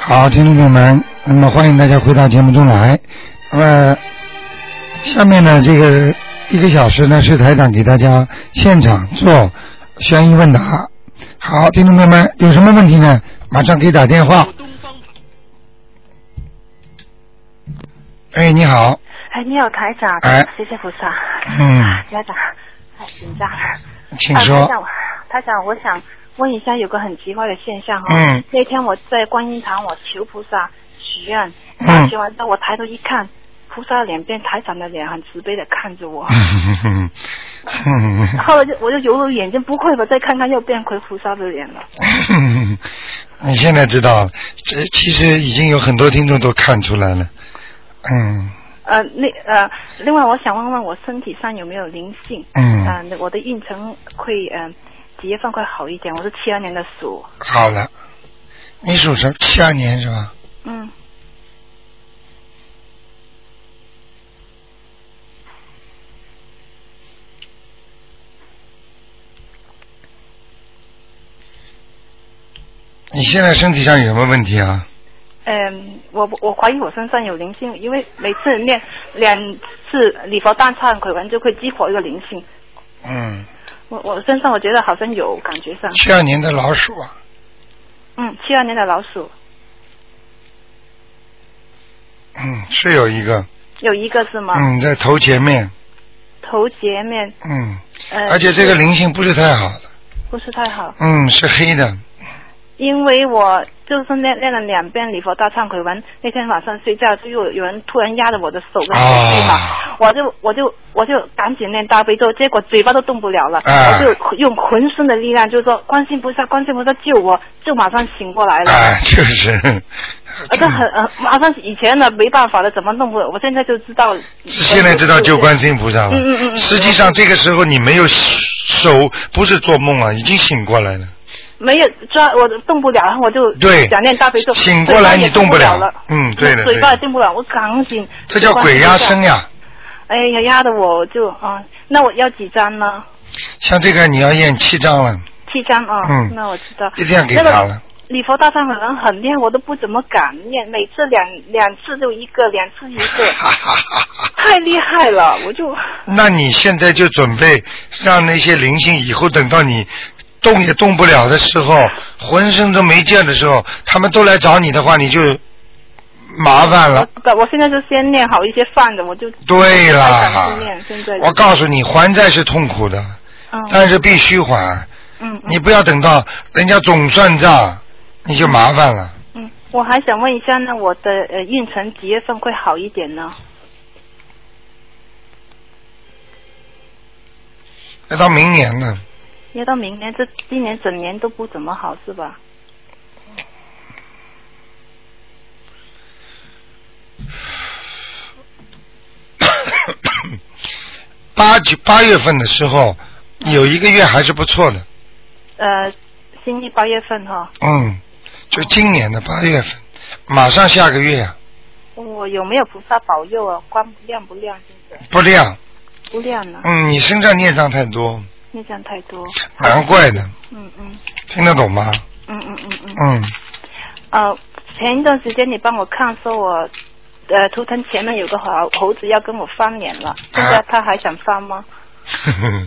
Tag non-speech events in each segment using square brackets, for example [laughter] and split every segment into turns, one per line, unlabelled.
好，听众朋友们，那么欢迎大家回到节目中来。那、么，下面呢，这个一个小时呢是台长给大家现场做悬疑问答。好，听众朋友们，有什么问题呢？马上可以打电话。哎，你好，
哎，你好，台长，
哎
谢谢菩萨，
嗯，
台长，哎，紧张。
请说
啊、台。长，台长，我想问一下，有个很奇怪的现象哈、
嗯
那天我在观音堂，我求菩萨许愿，
嗯
然后许完之后，我抬头一看，菩萨脸变台长的脸，很慈悲的看着我。
嗯
后来就我就揉揉眼睛，不会吧？再看看又变回菩萨的脸了。
[laughs] 你现在知道了，这其实已经有很多听众都看出来了。嗯
呃，那呃，另外我想问问我身体上有没有灵性？
嗯，
嗯、我的运程会嗯、呃几月份会好一点？我是七二年的鼠，
好了，你属什么？七二年是吧？
嗯，
你现在身体上有什么问题啊？
嗯，我不我怀疑我身上有灵性，因为每次念两次礼佛大忏悔文就会激活一个灵性。
嗯，
我我身上我觉得好像有感觉上，
七二年的老鼠啊，
嗯，七二年的老鼠
嗯，是有一个，
有一个是吗？
嗯，在头前面，
头截面，
嗯，
呃，
而且这个灵性不是太好的，
不是太好，
嗯，是黑的，
因为我就是念念了两遍礼佛大忏悔文，那天晚上睡觉就有有人突然压着我的手跟手臂嘛，
啊
我就我就我就赶紧念大悲咒，结果嘴巴都动不了了，
哎
我就用浑身的力量就说观世音菩萨，观世音菩萨救我，就马上醒过来了。
哎， [laughs] 就是，
啊，这很呃，马上以前呢没办法了，怎么弄不？我现在就知道，
现在知道救观世音菩萨了。
嗯嗯嗯嗯
实际上这个时候你没有手，不是做梦啊，已经醒过来了。
没有抓，我动不了，然后我就
对
想念大悲咒，
醒过来
嘴巴也
你动
不
不了
了，
嗯对的
嘴巴也
对的
动不了，我赶紧。
这叫鬼压身呀、
哎呀，压的我就啊、那我要几张呢？
像这个你要验七张了，
七张啊、
嗯
那我知道。
一定要给他
那个
了。
礼佛大忏悔文很念，我都不怎么敢念，每次两两次就一个，两次
[laughs]
一个，
哈哈哈哈！
太厉害了，我就
那你现在就准备让那些灵性以后等到你动也动不了的时候，浑身都没劲的时候，他们都来找你的话，你就麻烦了。
我我现在就先念好一些饭的，我就
对
太
啦
想去念现在，
我告诉你，还债是痛苦的，
嗯
但是必须还。
嗯嗯
你不要等到人家总算账，你就麻烦了。
嗯，我还想问一下呢，我的呃运程几月份会好一点呢？
要到明年呢，
要到明年，这今年整年都不怎么好是吧？
八九八月份的时候，有一个月还是不错的，
呃，新历八月份哈、
嗯，就今年的八月份，马上下个月呀、啊
我有没有菩萨保佑啊？光亮不亮？现在
不亮，
不亮呢，
嗯，你身上孽障太多，
那这样太多。
难怪呢，
嗯嗯
听得懂吗？
嗯嗯嗯嗯。
嗯，
呃，前一段时间你帮我看说我。呃，图腾前面有个猴猴子要跟我翻脸
啊
了，现在他还想翻吗？
呵呵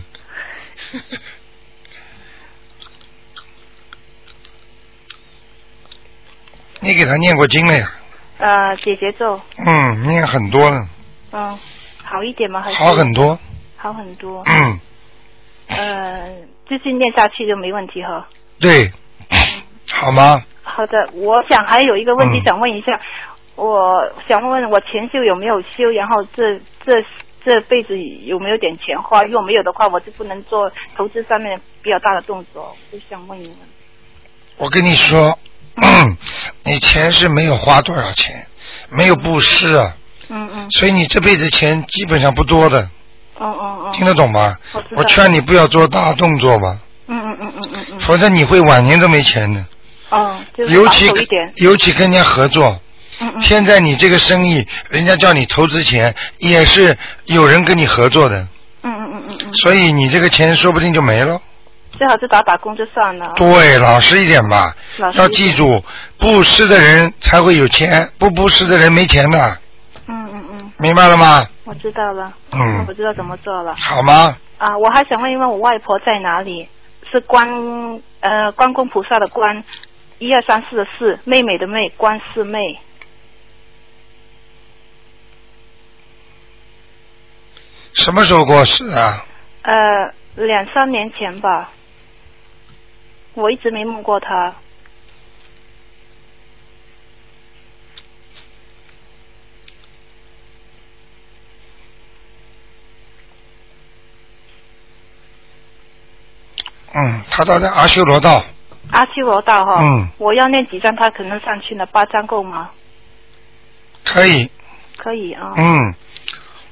你给他念过经了呀？
呃，姐姐咒，
嗯，念很多了，
嗯，好一点吗？还是
好很多。
好很多。
嗯，
呃，继续念下去就没问题哈。
对，好吗？
好的，我想还有一个问题
嗯
想问一下，我想问问我前修有没有修，然后这这这辈子有没有点钱花？如果没有的话，我就不能做投资上面比较大的动作。我就想问一问。
我跟你说，嗯你前世没有花多少钱，没有布施啊，
嗯嗯
所以你这辈子钱基本上不多的，
嗯嗯嗯
听得懂吗
我知？道
我劝你不要做大动作吧，
嗯嗯嗯嗯嗯嗯
否则你会晚年都没钱的。
哦，就是
尤
保
其
守一点。
尤其跟人家合作，
嗯嗯
现在你这个生意，人家叫你投资钱，也是有人跟你合作的，
嗯嗯嗯嗯嗯哦
所以你这个钱说不定就没了。
最好是打打工就算了。
对，老实一点吧
老，实一点
要记住，布施的人才会有钱，不布施的人没钱的，
嗯嗯嗯，
明白了吗？
我知道了，
嗯
我知道怎么做了。
好吗？
啊，我还想问一问我外婆在哪里？是关呃关公菩萨的关，一二三四的四，妹妹的妹，关四妹。
什么时候过世啊？
呃，两三年前吧，我一直没梦过她。
啊嗯，他倒在阿修罗道。
阿修罗道哈、
嗯
我要念几张，她可能上去了，八张够吗？
可以，
可以啊。
嗯，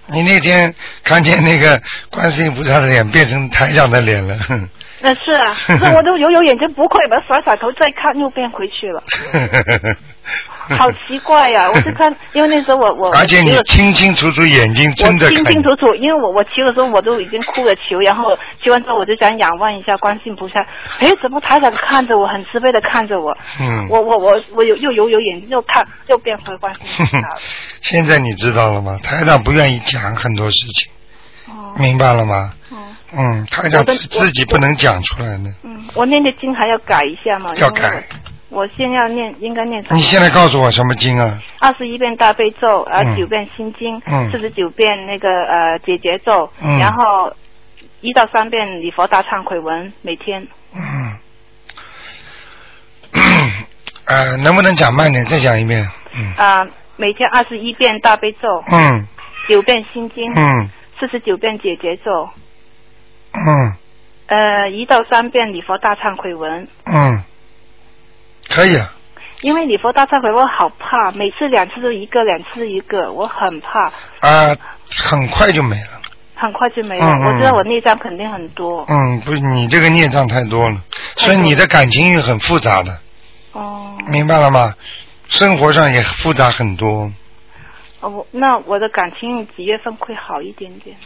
你那天看见那个观世音菩萨的脸变成台长的脸了， [laughs] 哼
那、
[laughs]
是啊，那我都有有眼睛不快，把它甩甩头再看，又变回去了，好奇怪呀、我就
[laughs]
看，因为那时候我我
而且
我
你
求了
清清楚楚，眼 [laughs] 睛
哦我
睁着
清
看
清，楚楚，因为我我求的时候我都已经哭了求，然后求完之后我就想仰望一下观世音菩萨，哎，怎么台长看着我，很慈悲的看着我，
嗯，
我我我我有又有有眼睛又看又变回观
[laughs]
世音菩萨了，
现在你知道了吗？台长不愿意讲很多事情，
哦，
明白了吗？
嗯
嗯，台长
我的
自自己不能讲出来的，
嗯，我念的经还要改一下嘛，
要
哦因为
改。
我。我先要念，应该念什么
你？现在告诉我什么经啊？
二十一遍大悲咒，
嗯
呃，九遍心经
嗯，
四十九遍那个呃解结咒，
嗯
然后一到三遍礼佛大忏悔文，每天。
嗯， [coughs] 呃，能不能讲慢点？再讲一遍。嗯
啊、每天二十一遍大悲咒，
嗯
九遍心经，
嗯
四十九遍解结咒，
嗯
呃，一到三遍礼佛大忏悔文。
嗯，可以啊了。
因为礼佛大忏悔文我好怕，每次两次都一个，两次一个，我很怕，
啊，很快就没了。
很快就没了。
嗯嗯
我知道我内脏肯定很多。
嗯，不，你这个孽障太多了，
太
所
多
以你的感情运很复杂的，
哦、
明白了吗？生活上也复杂很多。
哦我那我的感情几月份会好一点点？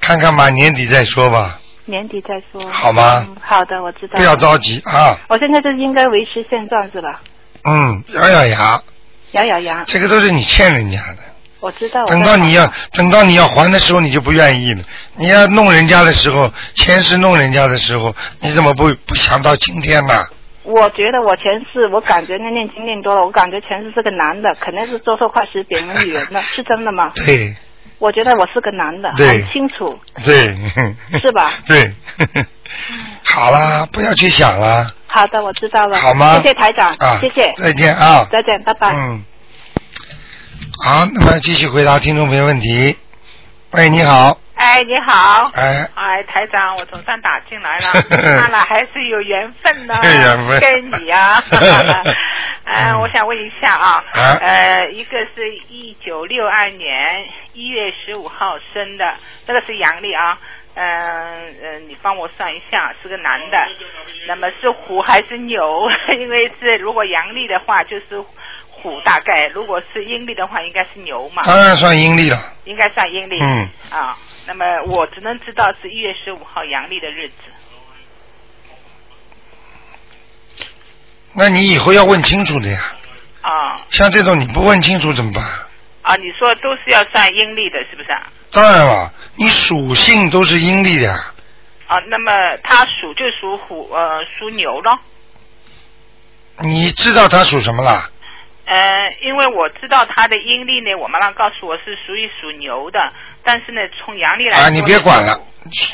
看看吧，年底再说吧，
年底再说。
好吗
嗯、好的，我知道。
不要。着急啊。
我现在就是应该维持现状是吧？
嗯，咬咬牙，
咬咬牙，
这个都是你欠人家的。
我知道我在
等
忙。
到你要等到你要还的时候，你就不愿意了。你要弄人家的时候，前世弄人家的时候，你怎么不不想到今天呢？
我觉得我前世，我感觉那念经念多了，我感觉前世是个男的，肯定是做错坏事贬为女人的，是真的吗？
对
我觉得我是个男的，
对
很清楚。
对，
是吧
[laughs]
嗯
对，好啦，不要去想啦，
好的，我知道了。
好吗？
谢谢台长，
啊，
谢谢，
再见啊，
再见，拜拜。
嗯，好，那么继续回答听众朋友问题。喂，你好，
哎，你好。
哎，
哎，台长，我总算打
[laughs]
进来了，看来还是有缘分呢、
缘分。
跟你啊哎，我想问一下啊，
啊
呃，一个是一九六二年一月十五号生的，那个是阳历啊，嗯、呃，你帮我算一下，是个男的，那么是虎还是牛？ [laughs] 因为是如果阳历的话就是虎，大概如果是阴历的话应该是牛嘛。
当然算阴历了，
应该算阴历。
嗯。
啊，那么我只能知道是一月十五号阳历的日子。
那你以后要问清楚的呀。
啊
像这种你不问清楚怎么办？
啊，你说都是要算阴历的，是不是啊？
当然了，你属性都是阴历的呀，
啊，那么他属就属虎，呃，属牛咯。
你知道它属什么啦？
呃，因为我知道他的阴历呢，我妈妈告诉我是属于属牛的，但是呢，从阳历来说
啊，你别管了。，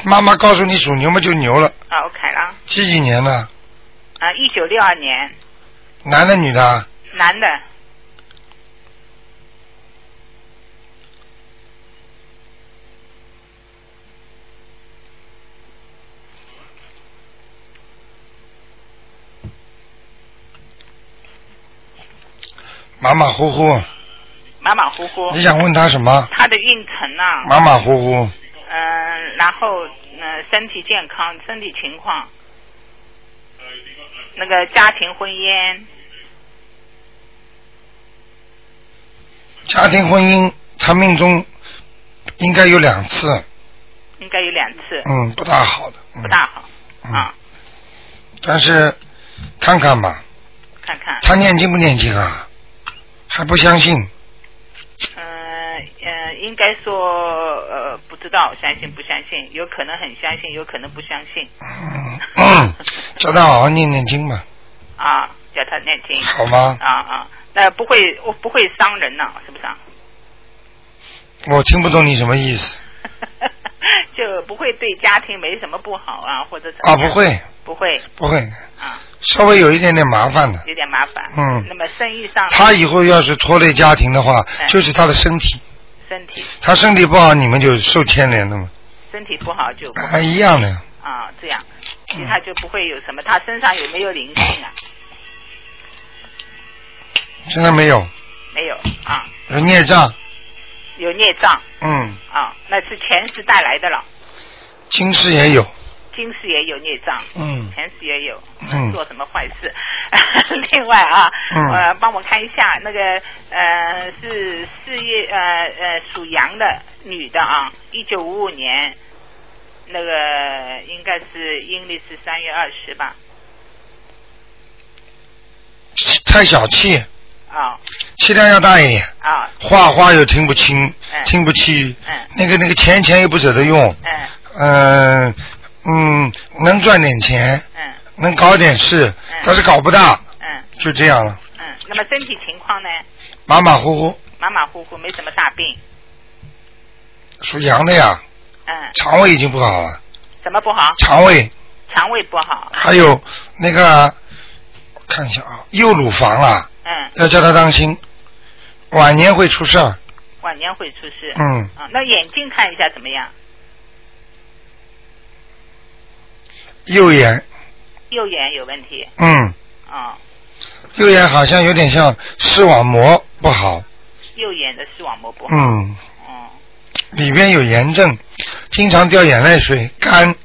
妈妈告诉你属牛嘛就牛了，
啊，OK 啦。
几几年的？
啊，一九六二年，
男的女的啊？
男的，
马马虎虎，
马马虎虎。
你想问他什么？
他的运程啊呢、
马马虎虎，
嗯、然后嗯、呃身体健康，身体情况，呃那个家庭婚姻
家庭婚姻他命中应该有两次，
应该有两次，
嗯，不大好的，嗯
不大好
嗯
啊，
但是看看吧，
看看，
他念经不念经啊？还不相信，
嗯嗯，应该说呃不知道，相信不相信，有可能很相信，有可能不相信
嗯，嗯叫他好好念念经吧，
啊，叫他念经
好吗？
啊啊，那不会我不会伤人呐、是不是啊？ [laughs]
我听不懂你什么意思
就不会对家庭没什么不好啊，或者怎
啊？
么
不
样
会，
不会
不会，
啊，
稍微有一点点麻烦的。
有点麻烦。
嗯
那么生意上，
他以后要是拖累家庭的话，
哎
就是他的身体，
身体
他身体不好，你们就受牵连的嘛，
身体不好就不
还一样的嗯呀。
啊这样，其他就不会有什么。他身上有没有灵性啊？
现在没有，
没有啊，
有孽障，
有孽障
嗯，
啊，那是前世带来的了，
今世也有，
今世也有孽障。
嗯
前世也有
嗯
做什么坏事， [laughs] 另外啊，
嗯
呃，帮我看一下那个呃是事业呃呃属羊的女的啊，一九五五年，那个应该是阴历是三月二十吧，
太小气，
啊
气量要大一点，
啊
话话又听不清，
哎
听不清，
嗯
那个那个钱钱又不舍得用，嗯、
嗯
嗯，能赚点钱，
嗯
能搞点事，
哎
但是搞不大，
嗯
就这样了，
嗯，那么身体情况呢，
马马虎虎，
马马虎虎，没什么大病，
属羊的呀，
嗯，
肠胃已经不好了，
什么不好？
肠胃
肠胃不好，
还有那个，我看一下啊，右乳房啊，
嗯，
要叫他当心，晚年会出事儿，
晚年会出事，
嗯，
啊，那眼睛看一下怎么样？
右眼，
右眼有问题，
嗯，
啊。
右眼好像有点像视网膜不好，
右眼的视网膜不好。
嗯，
哦、
里边有炎症，经常掉眼泪水，干，
嗯，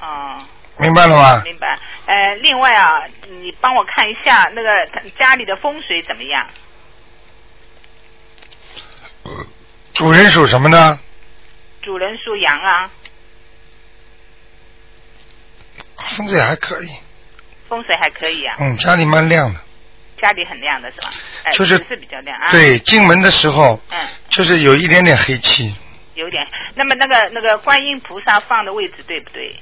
哦、
明白了吗？
明白。呃，另外啊，你帮我看一下那个他家里的风水怎么样？
主人属什么呢？
主人属羊啊，
风水还可以，
风水还可以啊，
嗯，家里蛮亮的。
家里很亮的是吧？哎、
就是
是比较亮啊。。
对，进门的时候
嗯，
就是有一点点黑气，
有点。那么那个那个观音菩萨放的位置对不对？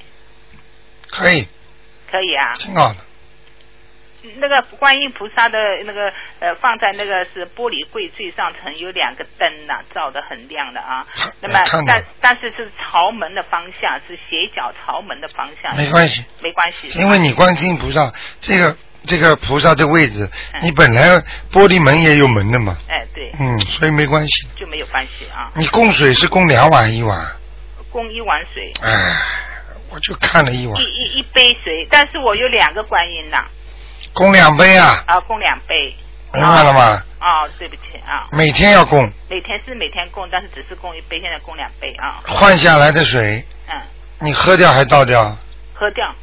可以，
可以啊。
挺好的。
那个观音菩萨的那个呃，放在那个是玻璃柜最上层有两个灯呐、照得很亮的啊。那么
我看到
但
了，
但是是朝门的方向，是斜角朝门的方向，
没关系，
没关系。
因为你观世音菩萨这个这个菩萨的位置，你本来玻璃门也有门的嘛，
嗯哎对，
嗯，所以没关系。
就没有关系啊。
你供水是供两碗一碗，
供一碗水，
哎，我就看了一碗
一，一一杯水，但是我有两个观音呐、
供两杯啊，
啊，供两杯。
明白了吗？
啊、对不起啊，
每天要供，
每天是每天供，但是只是供一杯，现在供两杯啊。
换下来的水
嗯，
你喝掉还倒掉，
喝掉。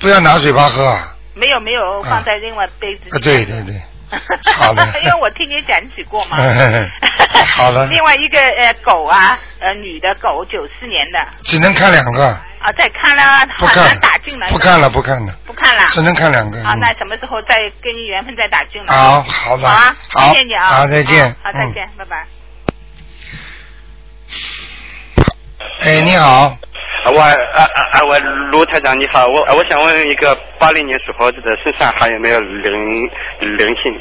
不要拿嘴巴喝啊！
没有没有，
啊
放在另外杯子里、
啊，对对对，好
好
的。
[laughs] 因为我听你讲起过嘛
[laughs] 好的
另外一个呃狗啊，呃女的狗，九四年的
只能看两个，
啊，再看了
不
好
看
难
了
打进来，
不看了不看了，
不看了。
只能看两个。
好，
嗯
那什么时候再跟你缘分再打进来？
好好的
好啊，
好
谢谢你啊，
好再见
好，好再
嗯
见，拜拜。
哎，你好，
啊，我啊啊啊！我卢台长你好，我啊我想问一个八零年属猴子的身上还有没有灵灵性？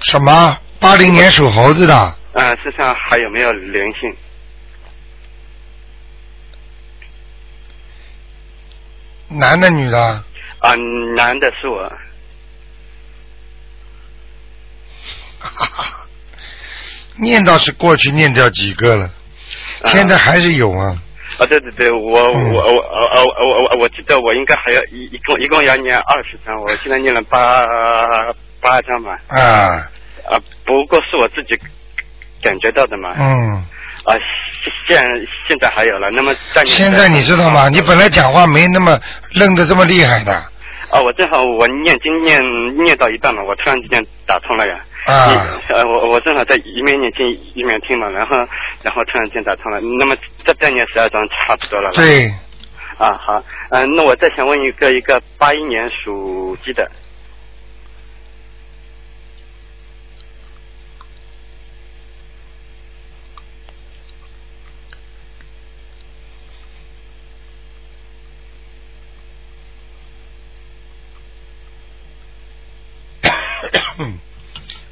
什么？八零年属猴子的，
嗯、身上还有没有灵性？
男的女的？
啊，男的是我，
念到是过去念掉几个了，
嗯
啊
现在还是有啊。
啊对对对，我
嗯
我我我我我我我记得我应该还要一一共一共要念二十张，我现在念了八八张嘛，
啊，
啊，不过是我自己感觉到的嘛，
嗯，
啊现现在还有了，那么在你
现在你知道吗？你本来讲话没那么愣的这么厉害的，
啊，我正好我念经念念到一半嘛，我突然之间打通了呀。
啊，
呃，我我正好在一面念经一面听嘛，然后然后突然间打通了，那么这再念十二章差不多了吧？
对， [coughs]
啊，好，嗯、那我再想问一个一个八一年属鸡的，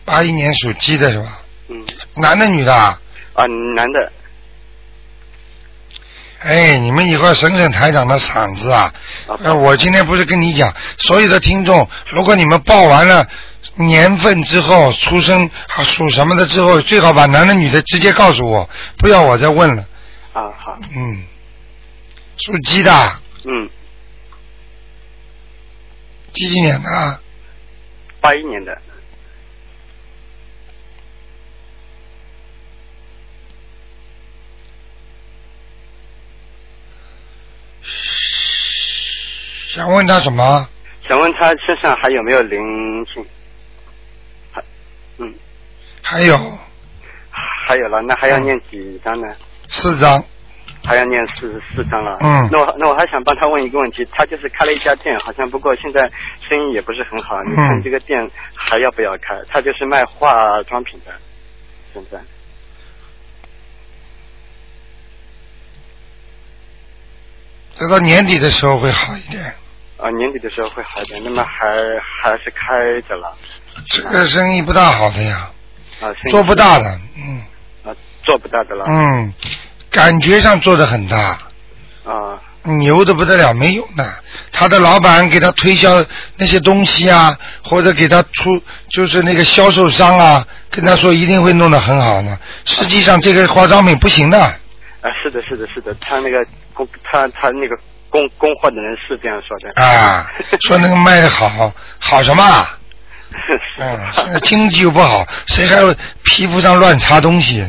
八一年属鸡的是吧？
嗯，
男的女的啊？
啊，男的，
哎，你们以后省省台长的嗓子啊！
啊，
呃，我今天不是跟你讲，所有的听众，如果你们报完了年份之后，出生啊属什么的之后，最好把男的女的直接告诉我，不要我再问了。
啊，好，
嗯，属鸡的，啊
嗯，
几几年的啊？
八一年的，
想问他什么？
想问他身上还有没有灵性？还，嗯，
还有
还有了，那还要念几张呢？
四张，
还要念四十四章了。
嗯
那我那我还想帮他问一个问题，他就是开了一家店，好像不过现在生意也不是很好，
嗯
你看这个店还要不要开？他就是卖化妆品的，现在。
等到年底的时候会好一点。
啊，年底的时候会好一点，那么还还是开着了
这个生意不大好的呀，
啊，生意
做不大的，嗯
啊，做不大的了
嗯，感觉上做的很大。
啊
牛的不得了，没用的。他的老板给他推销那些东西啊，或者给他出就是那个销售商啊，跟他说一定会弄得很好呢。实际上这个化妆品不行的，
啊，是的，是的，是的，他那个供他他那个供供货的人是这样说的 [laughs]
啊，说那个卖的好，好什么啊？
是
嗯，现在经济又不好，谁还会皮肤上乱擦东西？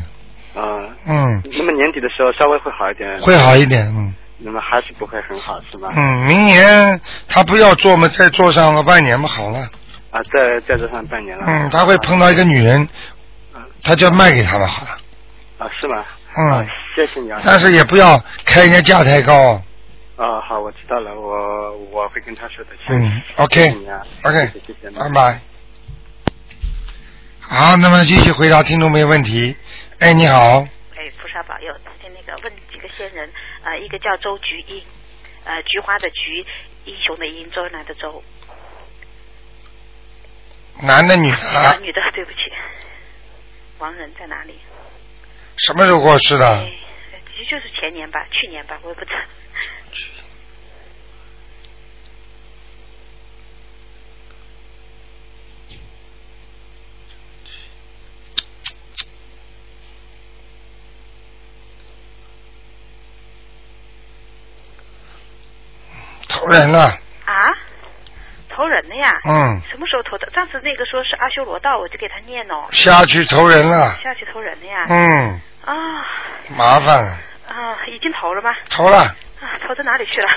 啊，
嗯，
那么年底的时候稍微会好一点，
会好一点，嗯
那么还是不会很好是吧？
嗯，明年他不要做嘛，再做上个半年嘛，好了。
啊，在在这上半年了。
嗯，他会碰到一个女人，
嗯
他就卖给他们好了。
啊，是吗？啊
嗯，，
谢谢你啊。
但是也不要开人家价太高。
啊，好，我知道了，我我会跟他说的。谢谢
嗯
谢
，OK
谢你啊
OK，
谢谢谢谢
拜拜。好，那么继续回答听众朋友问题。哎，你好，
哎，菩萨保佑！今天那个问几个仙人，呃，一个叫周菊英，呃，菊花的菊，英雄的英，周恩来的周，
男的女
啊，
的？
女的，对不起，亡人在哪里？
什么时候过世的
哎？，其实就是前年吧，去年吧，我也不知道。
投人了。
啊，投人了呀？
嗯，
什么时候投的？上次那个说是阿修罗道，我就给他念哦，
下去投人了。
下去投人了呀？
嗯，
啊
麻烦了，
啊，已经投了吗？
投了。 [laughs]
啊，投到哪里去了？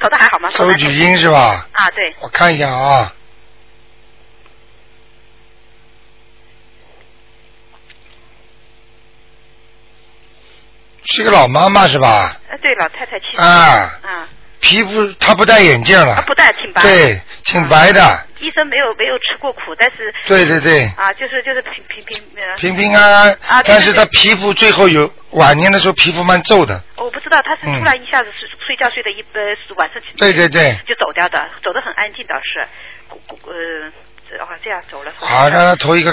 投的还好吗？投
周
的
举英是吧？
啊，对，
我看一下啊。是个老妈妈是吧？
呃，对，老太太七十
啊，
啊，
皮肤她不戴眼镜
啊
了，
不戴挺白。，啊
对，挺白的，
医生没有没有吃过苦，但是
对对对，
啊，就是就是平平平呃，
平平安安
啊。对
但是
对
她皮肤最后有晚年的时候皮肤蛮皱的，
我不知道他是
嗯
突然一下子睡、睡觉睡的一呃晚上起
对对对。
就走掉的，走的很安静倒是，咕咕呃。哦，这样走了，
好，让她投一个，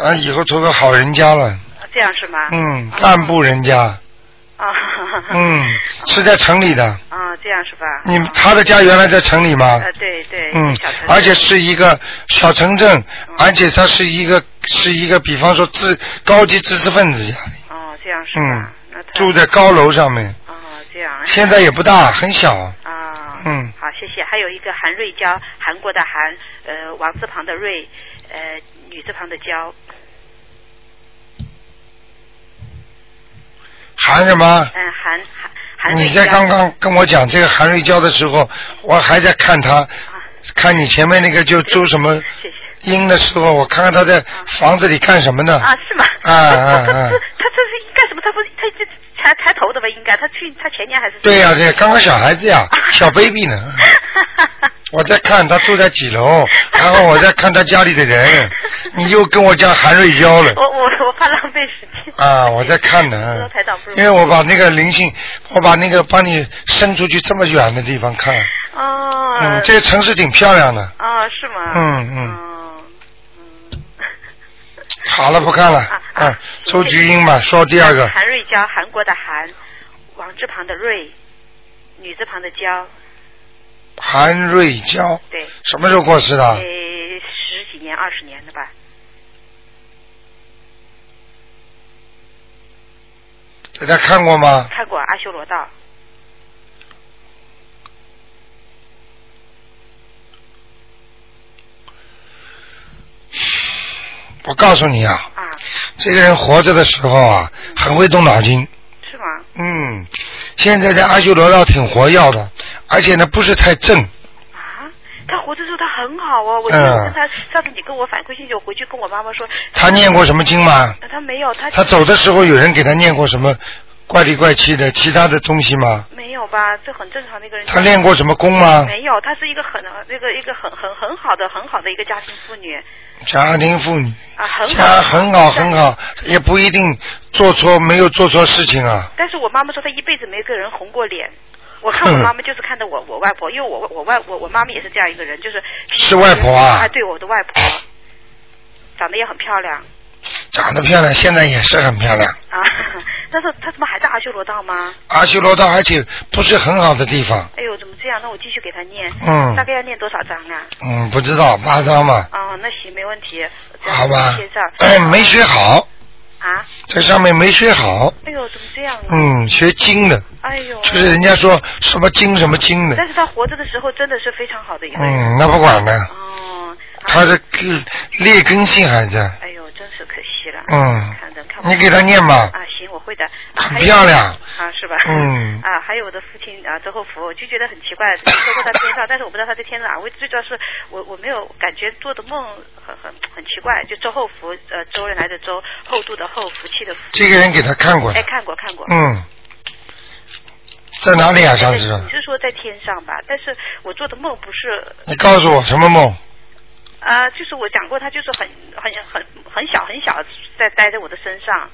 啊，以后投个好人家了，
这样是吗？
嗯，
啊
干部人家，
啊，
嗯，是在城里的，
啊，这样是吧？
你
啊
她的家原来在城里吗？
呃，对对，
嗯
小城，市嗯
而且是一个小城镇，而且它是一个是一个，比方说知高级知识分子家里，
哦，这样是
嗯
吧？那他
住在高楼上面，
哦，这样
现在也不大，很小，
啊，
嗯
好，谢谢。还有一个韩瑞娇，韩国的韩，呃，王字旁的瑞，呃，女字旁的娇，
含什么？啊
嗯，韩韩韩瑞
你
娇
在刚刚跟我讲这个韩瑞娇的时候，我还在看她，看你前面那个就周什么
啊谢谢
英的时候，我看看她在房子里干什么呢？
啊，是吗？
啊啊啊
[laughs] 他他这是干什么？他不是他这才才投的吧？应该他去他前年还是
对呀、对，刚刚小孩子
[laughs]
呀，
啊
小 baby 呢。我在看他住在几
[laughs]
楼，然后我在看他家里的人。你又跟我讲韩瑞娇了
我我我怕浪费时间。
啊！我在看呢
罗哦台长不，容易
因为我把那个灵性，我把那个帮你伸出去这么远的地方看。
哦。
嗯，这个城市挺漂亮的。
哦，是吗？
嗯嗯
哦嗯。
[laughs] 好了，不看了
啊。
嗯
啊，
周菊英吧，说第二个。
韩瑞娇，韩国的韩，王字旁的瑞，女字旁的娇，
韩瑞娇
对，
什么时候过世
呃，
的？啊
十几年、二十年了吧？
大家看过吗？
看过《阿修罗道》
我告诉你啊，
啊？
这个人活着的时候啊，很会动脑筋。
是吗？
嗯，现在在阿修罗道挺活跃的，而且呢不是太正。
啊，他活着时候他很好
嗯
哦，我记得我跟他、上次你跟我反馈信息，我回去跟我妈妈说，
他念过什么经吗？
呃他没有，他
他走的时候有人给他念过什么怪里怪气的其他的东西吗？
没有吧？这很正常的一个人。
他练过什么功吗？
没有，她是一个很那个一个很很很好的很好的一个家庭妇女
家庭妇女，
啊，很
家
好。
很好很好，也不一定做错没有做错事情啊。
但是我妈妈说她一辈子没跟人红过脸。我看我妈妈就是看到我我外婆，因为我我外我我妈妈也是这样一个人，就是
是外婆啊
啊，对我的外婆，长得也很漂亮
长得漂亮，现在也是很漂亮。
啊， [laughs] 但是她怎么还在阿修罗道吗？
阿修罗道而且不是很好的地方，
哎呦，怎么这样？那我继续给她念，
嗯
大概要念多少章啊？
嗯，不知道八张嘛，
哦，那行，没问题。只要
好吧哎
先上、
没学好，
啊？
在上面没学好，
哎呦，怎么这样啊？
嗯，学精的，
哎呦，
就是人家说什么精什么精的，
但是他活着的时候真的是非常好的一个人。
嗯，那不管了，
哦，啊
他的劣根性还在，
哎呦，真是可惜了。
嗯
看着看不
你给他念吧，
啊，行，我会的。啊
很
还有
漂亮
啊，是吧？
嗯
[laughs] 啊，还有我的父亲啊，周厚福，我就觉得很奇怪，听说过他
[laughs]
天上，但是我不知道他在天上啊。我最主要是我我没有感觉做的梦很很很奇怪，就周厚福，呃，周恩来的周，厚度的厚，福气的福。
这个人给他看过
哎，
的，
看过看过。
嗯，在哪里啊？上
但是
次
你是说在天上吧？但是我做的梦不是
你告诉我什么梦？
啊、就是我讲过，他就是很很很很小很小，在待在我的身上。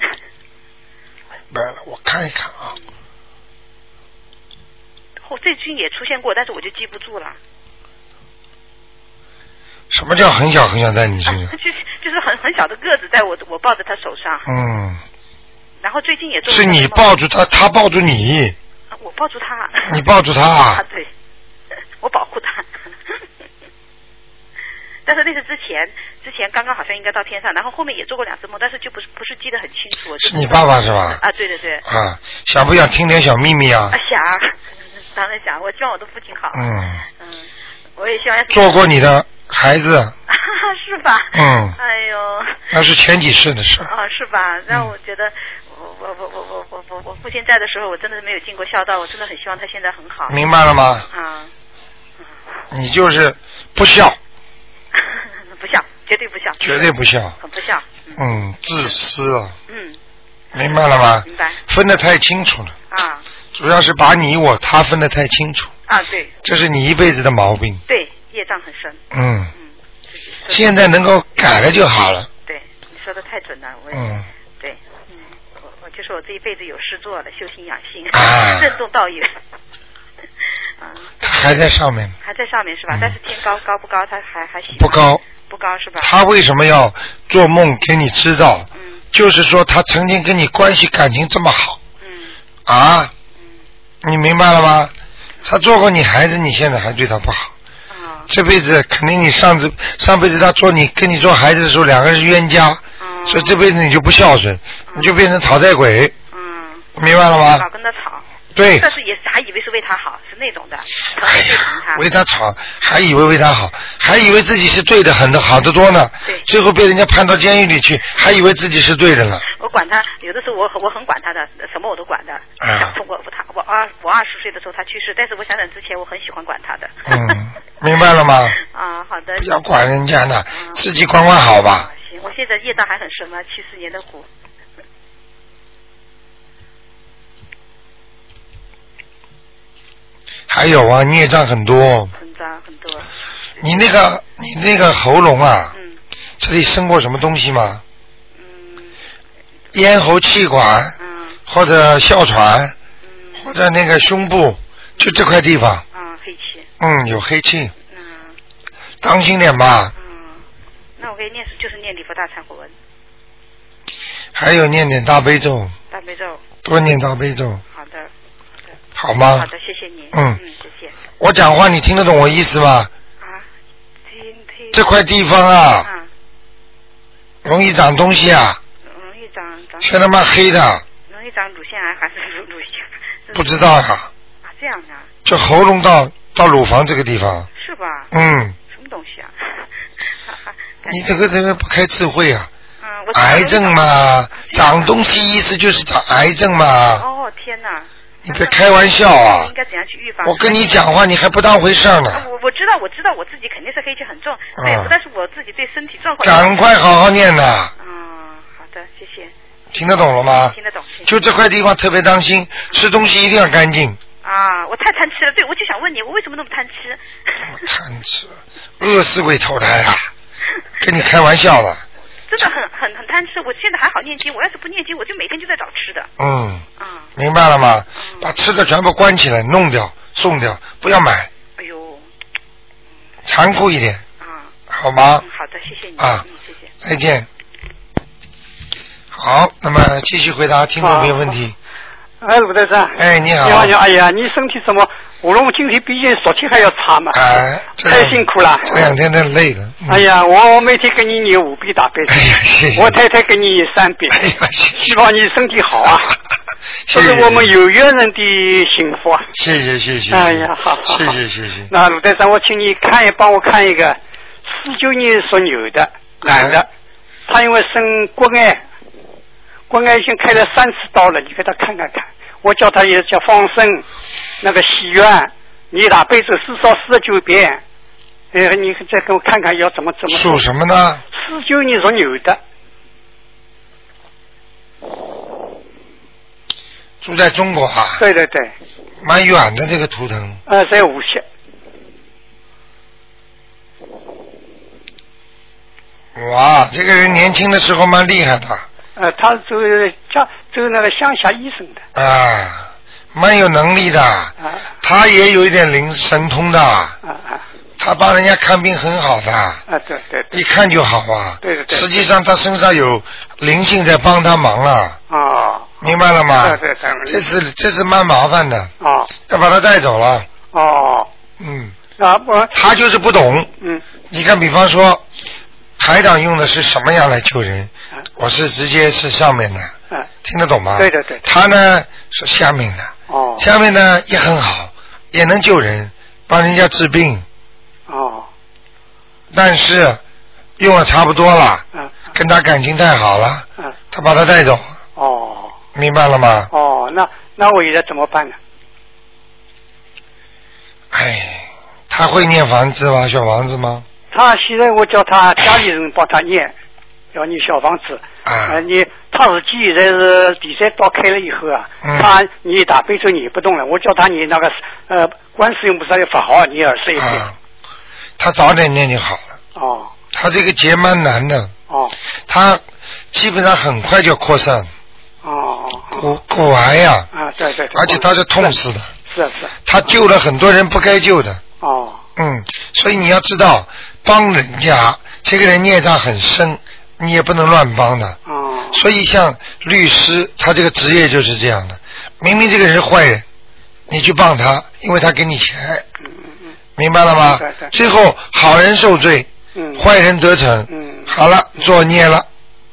明白了，我看一看啊，
后最近也出现过，但是我就记不住了。 [laughs] 啊，
什么叫很小很小在你身上？
就是就是很很小的个子，在我我抱着他手上，
嗯，
然后最近也做了
是你
这个梦
抱住他，他抱住你，
啊我抱住他，
你抱住他啊
[laughs] 啊，对，我保护他。 [laughs] 但是那是之前，之前刚刚好像应该到天上，然后后面也做过两次梦，但是就不是不是记得很清楚。我就是
你爸爸是吧？
啊，对对对，
啊，想不想听点小秘密啊
啊？想， [laughs] 当然想，我希望我的父亲好。
嗯，
嗯，我也希望
做过你的孩子，
[laughs] 是吧？
嗯
哎呦，
那是前几世的事儿。嗯
啊，是吧？让我觉得，我我我我我我我父亲在的时候，我真的是没有尽过孝道，我真的很希望他现在很好。
明白了吗？
啊，
你就是不孝，
不孝，绝对不孝，
绝对不孝，
很不孝。嗯
嗯，自私啊，
嗯，
明白了吗？
明白。
分得太清楚了，
啊
主要是把你我他分得太清楚，
啊，对
这是你一辈子的毛病。
对，业障很深。
嗯，
嗯，自己说
现在能够改了就好了。
对，你说的太准了，我也、
嗯，
对，嗯，我我就说我这一辈子有事做了，修心养性，
啊
[laughs] 任重道远。啊，
他还在上面呢，
还在上面是吧？
嗯
但是天高高不高？他还还行。
不高。
不高是吧？
他为什么要做梦给你知道？
嗯
就是说他曾经跟你关系感情这么好
嗯
啊，
嗯
你明白了吗？他做过你孩子，你现在还对他不好。
啊
这辈子肯定你上次上辈子他做你跟你做孩子的时候，两个人是冤家，
啊
所以这辈子你就不孝顺，你就变成讨债鬼，
嗯，
明白了
老
吗？
跟他吵，
对，
但是也是还以为是为他好，是那种的，疼
哎
也对疼
呀
他，
为他吵，还以为为他好，还以为自己是对的，很的好得多呢
对，
最后被人家判到监狱里去，还以为自己是对的了。
我管他，有的时候我我很管他的，什么我都管的。
啊
我我他我二我二十岁的时候他去世，但是我想想之前我很喜欢管他的。
嗯，明白了吗？
啊，好的。
不要管人家的，自己管管好吧。
行，我现在业障还很深吗？七四年的虎。
还有啊，孽障很多，
很脏嗯很多，
你那个你那个喉咙啊，
嗯
这里生过什么东西吗？
嗯
咽喉气管
嗯
或者哮喘
嗯
或者那个胸部，就这块地方，
嗯，黑气，
嗯，有黑气，
嗯
当心点吧。
嗯，那我可以念就是念礼佛大忏悔文、
还有念点大悲咒，
大悲咒，
多念大悲咒，
好的
好吗？
好的，谢谢你，
嗯
嗯，谢谢
我讲话你听得懂我意思吗？
啊，今天
这块地方啊，
啊，
容易长东西啊，
嗯容易长长
全他妈黑的，
容易长乳腺癌还是乳乳腺？
不知道呀、
啊，这样的啊
就喉咙到到乳房这个地方，
是吧？
嗯，
啊什么东西啊？
[laughs] 你这个这个不开智慧啊，
嗯，我
癌症嘛，长
东。
东西意思就是长癌症嘛，
哦天哪！
你别开玩笑啊
应！该怎样去预防？
我跟你讲话你还不当回事儿
啊。
呢，
我我知道，我知道，我自己肯定是黑气很重，对，但是我自己对身体状况。
啊赶快好好念呐，啊
嗯，好的，谢谢，
听得懂了吗
听？得懂。谢谢
就这块地方特别当心，吃东西一定要干净，
啊，我太贪吃了，对，我就想问你，我为什么那么贪吃？
我贪吃，饿死鬼投胎啊！跟你开玩笑
[laughs]
了，
[laughs] 真的很很很贪吃，我现在还好念经，我要是不念经，我就每天就在找吃的。
嗯，
啊，
明白了吗？
嗯
把吃的全部关起来，弄掉，送掉，不要买，
哎呦，
残酷一点，
啊，
好吗？
嗯，好的，谢谢你，
啊
嗯，谢谢。
再见。好，那么继续回答听众朋友问题。
哎，鲁先生。
哎，你好
你，好，你好。哎呀，你身体怎么？喉咙今天比以前昨天还要差嘛？
哎，这
太辛苦了。
这两天太累了。嗯
哎，呀，我我每天给你念五遍大悲咒
哎，呀，谢谢。
我太太给你念三遍，
哎呀，谢谢
希望你身体好啊。这
[laughs] 谢谢
是我们有缘人的幸福啊。
谢谢谢谢。
哎呀，好好。
谢
好
谢谢
[laughs]
谢。
那鲁队长，我请你看一，帮我看一个四九年属牛的男的
哎，
他因为生骨癌，骨癌已经开了三次刀了，你给他看看看。我叫他也叫放生，那个许愿，你大悲咒四烧四十九遍，呃，你再给我看看要怎么怎么。
属什么呢？
四九年属牛的，
住在中国啊，
对对对，
蛮远的这个图腾。
呃，在无锡，
哇，这个人年轻的时候蛮厉害的
呃，他走家走那个乡下医生的
啊，蛮有能力的。
啊
他也有一点灵神通的，
啊啊
他帮人家看病很好的。
啊，对对对，
一看就好啊。
对的对的
实际上他身上有灵性在帮他忙了，
哦
明白了吗？
对对对
这次这次蛮麻烦的，
哦
要把他带走了。
哦，
嗯，
啊我
他就是不懂。
嗯。
你看，比方说，台长用的是什么样来救人
嗯？
我是直接是上面的，
嗯
听得懂吗？
对的对的
他呢是下面的，
哦
下面呢也很好，也能救人，帮人家治病，
哦，
但是用了差不多了，
嗯
跟他感情太好了，
嗯
他把他带走，
哦
明白了吗？
哦，那那我现在怎么办呢？
哎，他会念房子吗？小房子吗？
他现在我叫他家里人帮他念，要念小房子。
啊
呃，你他自己现在是第三刀开了以后啊，
嗯
他你大悲咒念不动了，我叫他念那个呃观世音菩萨的法号，念二十一遍。
啊，他早点念就好了。
哦
他这个结蛮难的，
哦
他基本上很快就扩散，
哦哦哦
骨骨癌呀、
啊，对对对。
而且他是痛死的，
是啊是啊
他救了很多人不该救的，
哦
嗯，所以你要知道，帮人家这个人孽障很深，你也不能乱帮的。
哦
所以像律师，他这个职业就是这样的，明明这个人是坏人，你去帮他，因为他给你钱，
嗯嗯嗯
明白了吗
对对？
最后好人受罪，
嗯
坏人得逞。
嗯
好了，作孽了。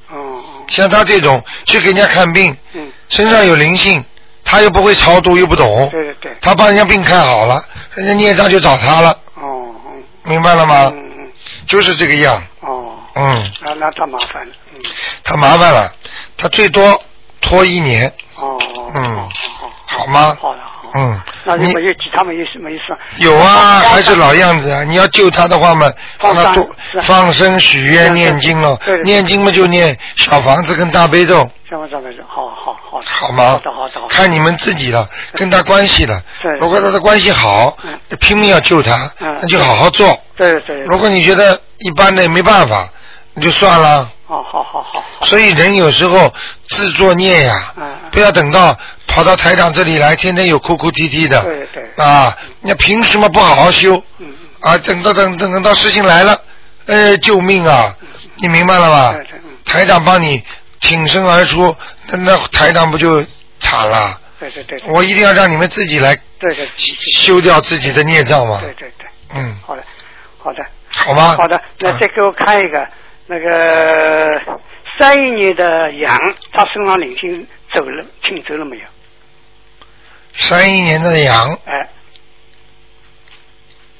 哦哦
像他这种去给人家看病，
嗯
身上有灵性，他又不会超度，又不懂，
对对对
他帮人家病看好了，人家孽障就找他了，
哦嗯
明白了吗？
嗯嗯
就是这个样，
哦
嗯，
那那太麻烦了。嗯，
他麻烦了，他最多拖一年，
哦，
嗯，
好，
好吗？
好的，好。
嗯，
那就
你
没有其他没有事没事。
有啊，还是老样子啊！你要救他的话嘛，让
放
他
生
多
是吧
放生、许愿、
对对
念经喽
对对。对
念经嘛就念小房子跟大悲咒，
这样这样，好好好的。
好吗？
好的好的好的。
看你们自己了，跟他关系了。
对
如果他的关系好
嗯，
拼命要救他，
嗯
那就好好做。
对对。
如果你觉得一般的也没办法，那就算了。
哦，好好好好。
所以人有时候自作孽呀
嗯嗯，
不要等到跑到台长这里来，天天有哭哭啼啼的。
对对。
啊，你凭什么不好好修？
嗯嗯。
啊，等到等等等到事情来了，哎，救命啊！你明白了吧
嗯对？对嗯
台长帮你挺身而出，那那台长不就惨了？
对对对对
我一定要让你们自己来
对对
修修掉自己的孽障嘛。
对对对，
嗯，
好的好的
好吗？
好的，那再
啊
给我看一个那个三一年的羊，它身上领巾走了，请走了没有？
三一年的羊，
哎，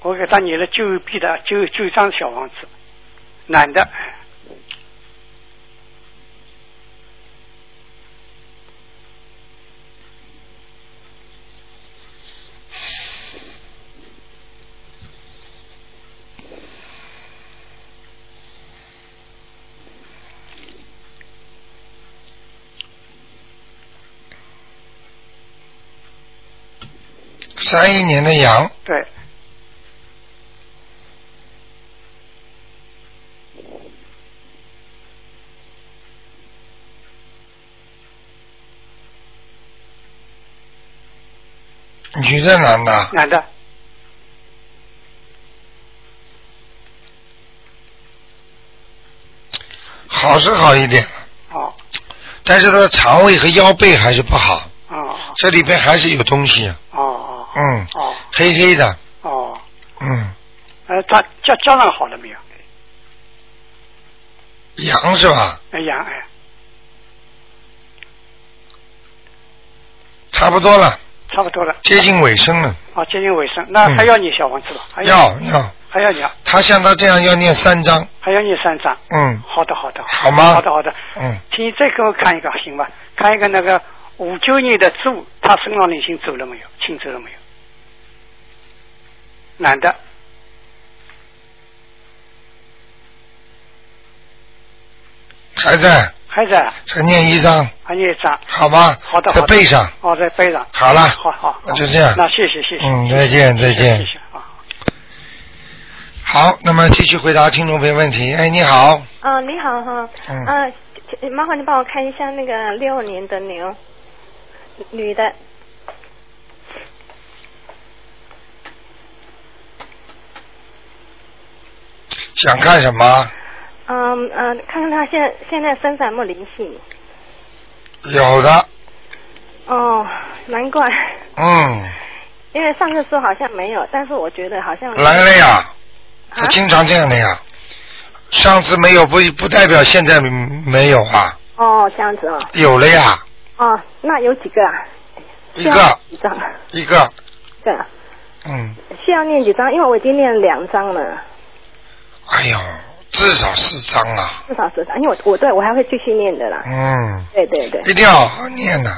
我给他念了九笔的九九张小房子，男的，
三一年的羊，
对，
女的男的？
男的，
好是好一点，
哦
但是他的肠胃和腰背还是不好，
哦
这里边还是有东西，啊
哦哦
嗯，
哦
黑黑的，
哦，
嗯，
呃，他家家长好了没有？
羊是吧？
哎羊哎，
差不多了，
差不多了，
接近尾声了，
啊，接近尾声，那还要你小房子吧？还
要要，
还要你啊，
他像他这样要念三章，
还要你三张。
嗯
好的，好的，
好吗
好的，好的。
嗯，
请你再给我看一个行吧？看一个那个五九年的猪，他身上灵性走了没有？清走了没有？男的，
还在，
还在啊，
再念一章，
还有一张。
好吗？
好的，
在
好的
背上。
哦，在背上。
好了
好好，好
那就这样
那谢谢，谢谢。
嗯再见再见
谢谢啊。
好，那么继续回答听众朋友问题。哎，你好，
啊，你好哈，
嗯
啊，麻烦你帮我看一下那个六年的牛，女的，
想看什么？
嗯嗯，看看她现在现在身上有没有灵性？
有的，
哦，难怪， [laughs]
嗯，
因为上次说好像没有，但是我觉得好像
来了呀，
啊
他，经常这样的呀。上次没有不不代表现在没有啊，
哦，这样子哦，
有了呀，
哦，那有几个啊？
一
需要
个
几张？
一个，
对啊，
嗯，
需要念几张？因为我已经念了两张了，
哎呦，至少四张啊，
至少十张，因为我我对我还会继续念的啦。
嗯，
对对对，
一定要好好念的，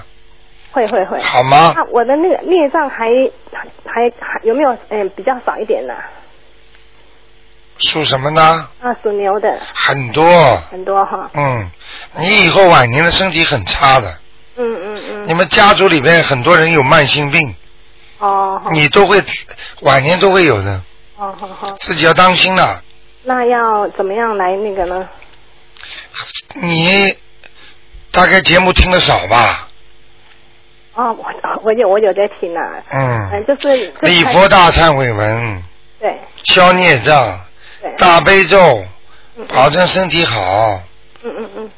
会会会。
好吗？
那我的那个孽障还还还有没有嗯比较少一点呢？
属什么呢？
啊，属牛的
很多，
很多哈，
嗯，你以后晚年的身体很差的，
嗯嗯
你
嗯，
们家族里边很多人有慢性病，
哦，好
你都会晚年都会有的，
哦好好，
自己要当心了。
那要怎么样来那个呢？
你大概节目听的少吧？
哦，我我有我有在听啊，嗯，
嗯，
就是
[laughs] 礼佛大忏悔文，
对
消孽障，
对，
大悲咒，
嗯
保证身体好。
嗯嗯嗯。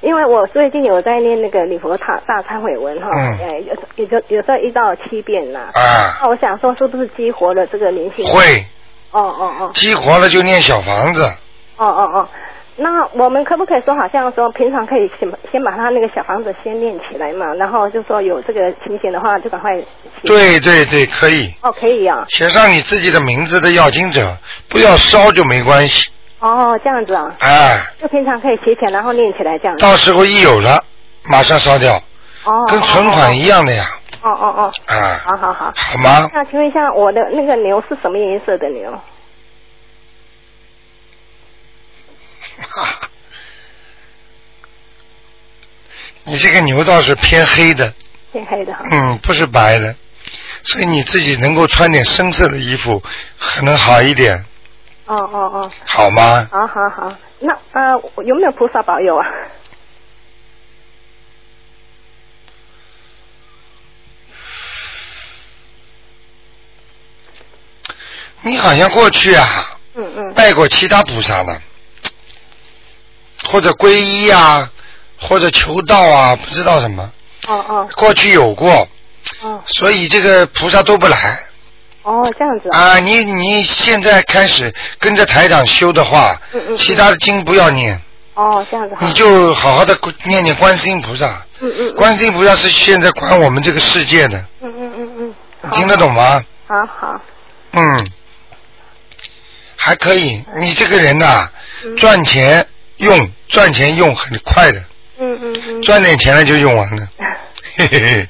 因为我最近有在念那个礼佛大大忏悔文哈，
嗯
呃、有也就有时候一到七遍呐、
啊
那我想说是不是激活了这个灵性？，
会
哦哦哦，
激活了就念小房子，
哦哦哦，那我们可不可以说，好像说平常可以先先把他那个小房子先练起来嘛，然后就说有这个情形的话，就赶快起。
对对对，可以
哦，可以啊。
写上你自己的名字的要经者，不要烧就没关系。
哦哦，这样子啊，
哎，
就平常可以提前然后念起来这样子。
到时候一有了，马上烧掉，
哦，
跟存款一样的呀，
哦。哦哦哦，
啊，
好好好。
好吗？
那请问一下，我的那个牛是什么颜色
[laughs]
的牛？
你这个牛倒是偏黑的，
偏黑的哈。
嗯，不是白的，所以你自己能够穿点深色的衣服，可能好一点，
哦哦哦，
好吗？
好好好。那呃，我有没有菩萨保佑啊？
你好像过去啊，
嗯嗯。
拜过其他菩萨呢，或者皈依啊，或者求道啊，不知道什么，
哦哦
过去有过，
哦
所以这个菩萨都不来
哦，这样子啊。
啊。你你现在开始跟着台长修的话，
嗯嗯。嗯
其他的经不要念，
哦，这样子哈
你。就好好的念念观世音菩萨。
嗯嗯
观世音菩萨是现在管我们这个世界的，
嗯嗯嗯嗯
你听得懂吗？
嗯。好好。
嗯，还可以。你这个人呐、
嗯
赚钱用，赚钱用很快的，
嗯嗯嗯。
赚点钱了就用完
[laughs]
了，嘿嘿嘿，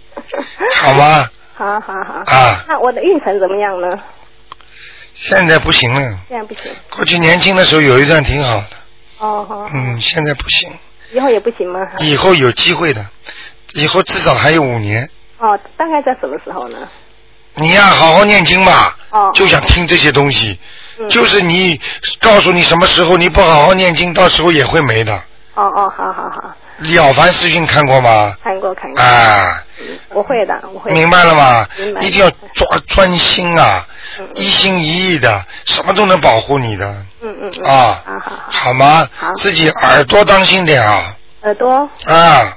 好吗？
好好好。
啊，
那我的运程怎么样呢？
现在不行了，
这样不行。
过去年轻的时候有一段挺好的，
哦哦。
嗯，现在不行，
以后也不行吗？
以后有机会的，以后至少还有五年。
哦，大概在什么时候呢？
你呀，好好念经吧，
哦。
就想听这些东西。
嗯
就是你告诉你什么时候你不好好念经，到时候也会没的。
哦哦，好好好，
《了凡四训》看过吗？
看过看过。
啊，
嗯我会的，我会的。
明白了吗？
明白
一定要抓专心啊，
嗯
一心一意的，什么都能保护你的，
嗯嗯嗯。
啊
好好好。
好吗
好？
自己耳朵当心点啊
耳朵，
啊！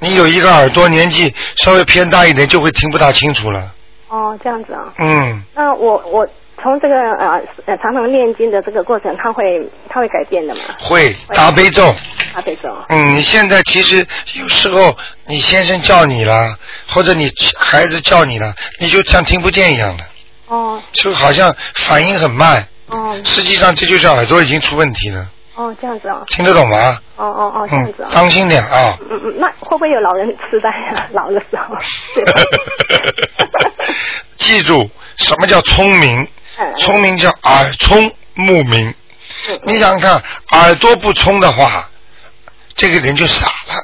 你有一个耳朵年纪稍微偏大一点，就会听不大清楚了。
哦，这样子啊、
嗯，
那我我从这个呃呃常常念经的这个过程，它会它会改变的嘛？
会大悲咒。
阿贝总。
嗯，你现在其实有时候你先生叫你了，或者你孩子叫你了，你就像听不见一样的，
哦
就好像反应很慢。
哦
实际上这就是耳朵已经出问题了，
哦，这样子啊、
听得懂吗？
哦，哦哦哦，这样
嗯
子，啊、
当心点啊！
嗯嗯，那会不会有老人痴呆啊？老的时候，
嗯
对吧？
记住什么叫聪明？
嗯
聪明叫耳聪目明。你想想看，耳朵不聪的话，这个人就傻了，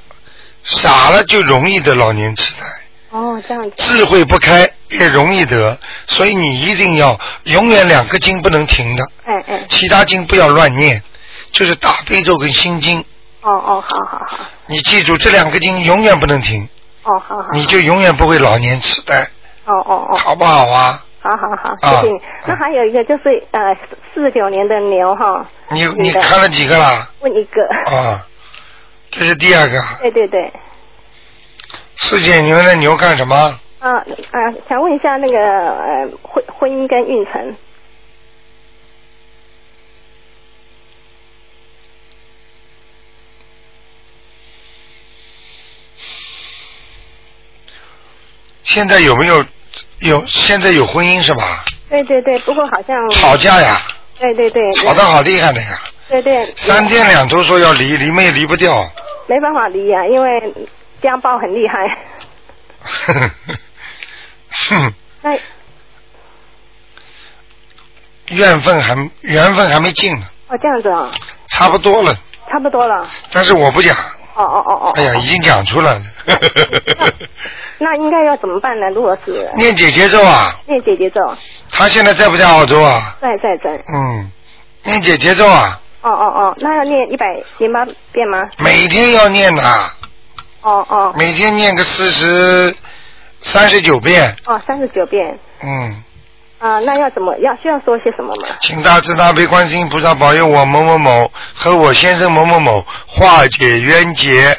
傻了就容易得老年痴呆。
[laughs] 哦，这样子，
智慧不开也容易得，所以你一定要永远两个经不能停的，
哎哎，
其他经不要乱念，就是大悲咒跟心经，
哦哦，好好好，
你记住这两个经永远不能停，
哦好好，
你就永远不会老年痴呆，
哦哦哦，
好不好啊？
好好好，谢谢你。那还有一个就是呃，四十九年的牛哈，
你
明白
你看了几个啦？
问一个，
啊，这是第二个，
对对对，
四姐牛的牛干什么？
啊啊，想问一下那个呃婚婚姻跟运程，
现在有没有有现在有婚姻是吧？
对对对，不过好像
吵架呀，
对对对，
吵得好厉害的呀，
对对，
三天两头说要离，离嘛也离不掉。
没办法离啊，因为家暴很厉害。
哼哼，
那
缘分还缘分还没尽呢，
哦这样子啊、
差不多了。
差不多了。
但是我不讲，
哦哦哦哦。
哎呀，已经讲出来了。 [laughs]
那应该要怎么办呢？如果是
念姐姐咒啊，
念姐姐咒，
她现在在不在澳洲啊？
在在在，
嗯，念姐姐咒啊，
哦哦哦，那要念一百零八遍吗？
每天要念的、
哦哦
每天念个四十三十九遍。
哦，三十九遍。
嗯，
啊，那要怎么要需要说些什么吗？
请大慈大悲观世音菩萨保佑我某某某和我先生某某某化解冤结，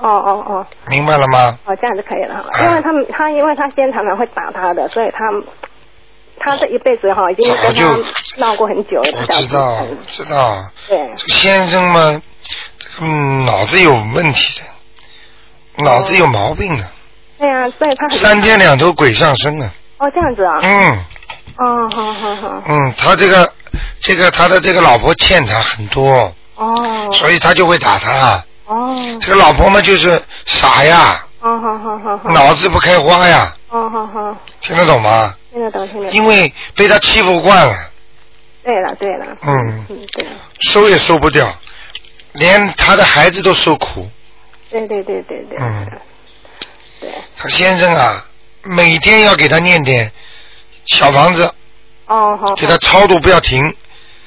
哦哦哦，
明白了吗？
哦，这样就可以了哈。
啊
因为他们他因为他先常常会打他的，所以他他这一辈子哈已经
早
跟
就
他闹过很久了，
我知道，知道。
对，
这先生嘛，嗯，脑子有问题的，脑子有毛病的，
对啊，所以他很
三天两头鬼上身啊。
哦这样子啊，
嗯
哦，好好好，
嗯，他这个这个他的这个老婆欠他很多，
哦
所以他就会打他。
哦，
这个老婆嘛就是傻呀，
哦，好好好好，
脑子不开花呀，
哦，好好，
听得懂吗？
听得懂，听得懂。
因为被他欺负惯了，
对了，对了，
嗯，
嗯，对了，
收也收不掉，连他的孩子都受苦。
对对对对对，
嗯
对，
他先生啊，每天要给他念点小房子，
哦，好，
给他超度不要停，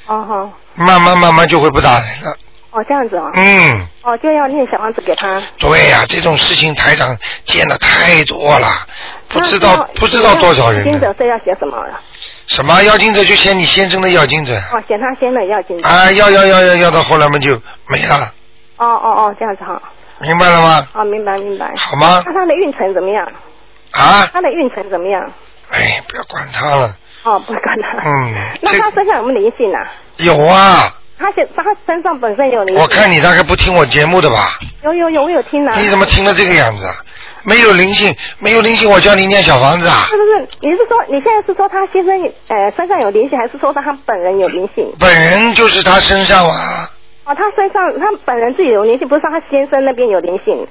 哦好，
慢慢慢慢就会不打人了。
哦这样子啊，
嗯，
哦就要念小房子给他，
对呀、这种事情台长见的太多了，不知
那
道
要
不知道多少人
经
呢
者。这要写什么啊？
什么妖精者就写你先生的妖精者
哦，写他先的要经者。
啊，要要要要要到后来嘛就没了，
哦哦哦，这样子哈，
明白了吗？
哦明白明白。
好吗？
那他的运程怎么样？
啊，
他的运程怎么样？
哎，不要管他了。
哦，不管了。
嗯
那
这
他身上有没有灵性啊？
有啊，
他现他身上本身有灵性。啊
我看你大概不听我节目的吧？
有有有，我有听呢、啊
你怎么听到这个样子？啊？没有灵性，没有灵性，我叫你念小房子啊
是！不是？你是说你现在是说他先生呃身上有灵性，还是说他本人有灵性？
本人就是他身上啊，
哦，他身上他本人自己有灵性，不是说他先生那边有灵性。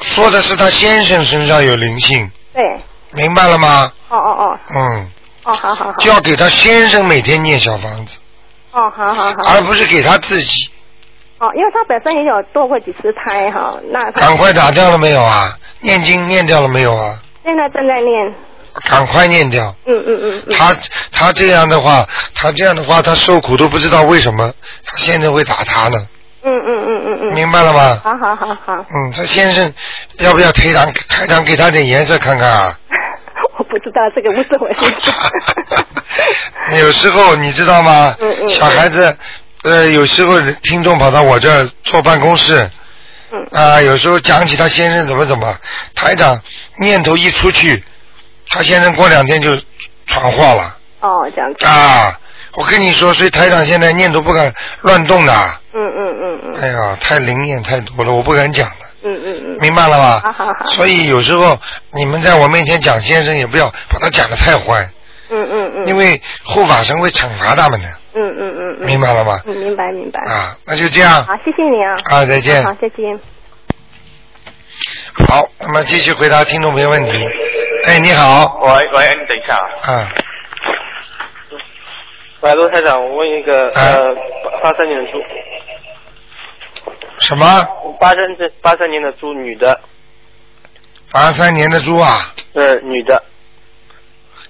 说的是他先生身上有灵性，
对，
明白了吗？
哦哦哦
嗯，
哦，好好好，
就要给他先生每天念小房子，
哦好好好，
而不是给他自己。
哦，因为他本身也有堕过几次胎哈，那他
赶快打掉了没有啊？念经念掉了没有啊？
现在正在念，
赶快念掉。
嗯嗯嗯嗯，
他他这样的话，他这样的话，他受苦都不知道为什么，他现在会打他呢？
嗯嗯嗯嗯嗯，
明白了吗？
好好好好，
嗯，他先生，要不要台长台长给他点颜色看看啊？
[laughs] 我不知道这个不是我先生，
[laughs] 有时候你知道吗？
嗯嗯
小孩子，呃，有时候听众跑到我这儿坐办公室，
嗯
啊、有时候讲起他先生怎么怎么，台长念头一出去，他先生过两天就闯祸了
哦这样子，
啊！我跟你说，所以台长现在念头不敢乱动的。
嗯嗯嗯嗯
哎呀，太灵验太多了，我不敢讲了，
嗯嗯嗯，
明白了吧？
好好好，
所以有时候你们在我面前讲先生，也不要把他讲的太坏，
嗯嗯嗯，
因为护法神会惩罚他们的，
嗯嗯嗯嗯，
明白了吗？
嗯，明白明白，
啊，那就这样
好，谢谢你啊，
啊，再见
好。再见。
好，那么继续回答听众朋友问题。哎，你好，
喂喂，你等一下啊。
啊，
喂，罗呃台长，我问一个
哎
呃，八八三年的猪，
什么？
八三这八三年的猪，女的，
八三年的猪啊，
呃，女的，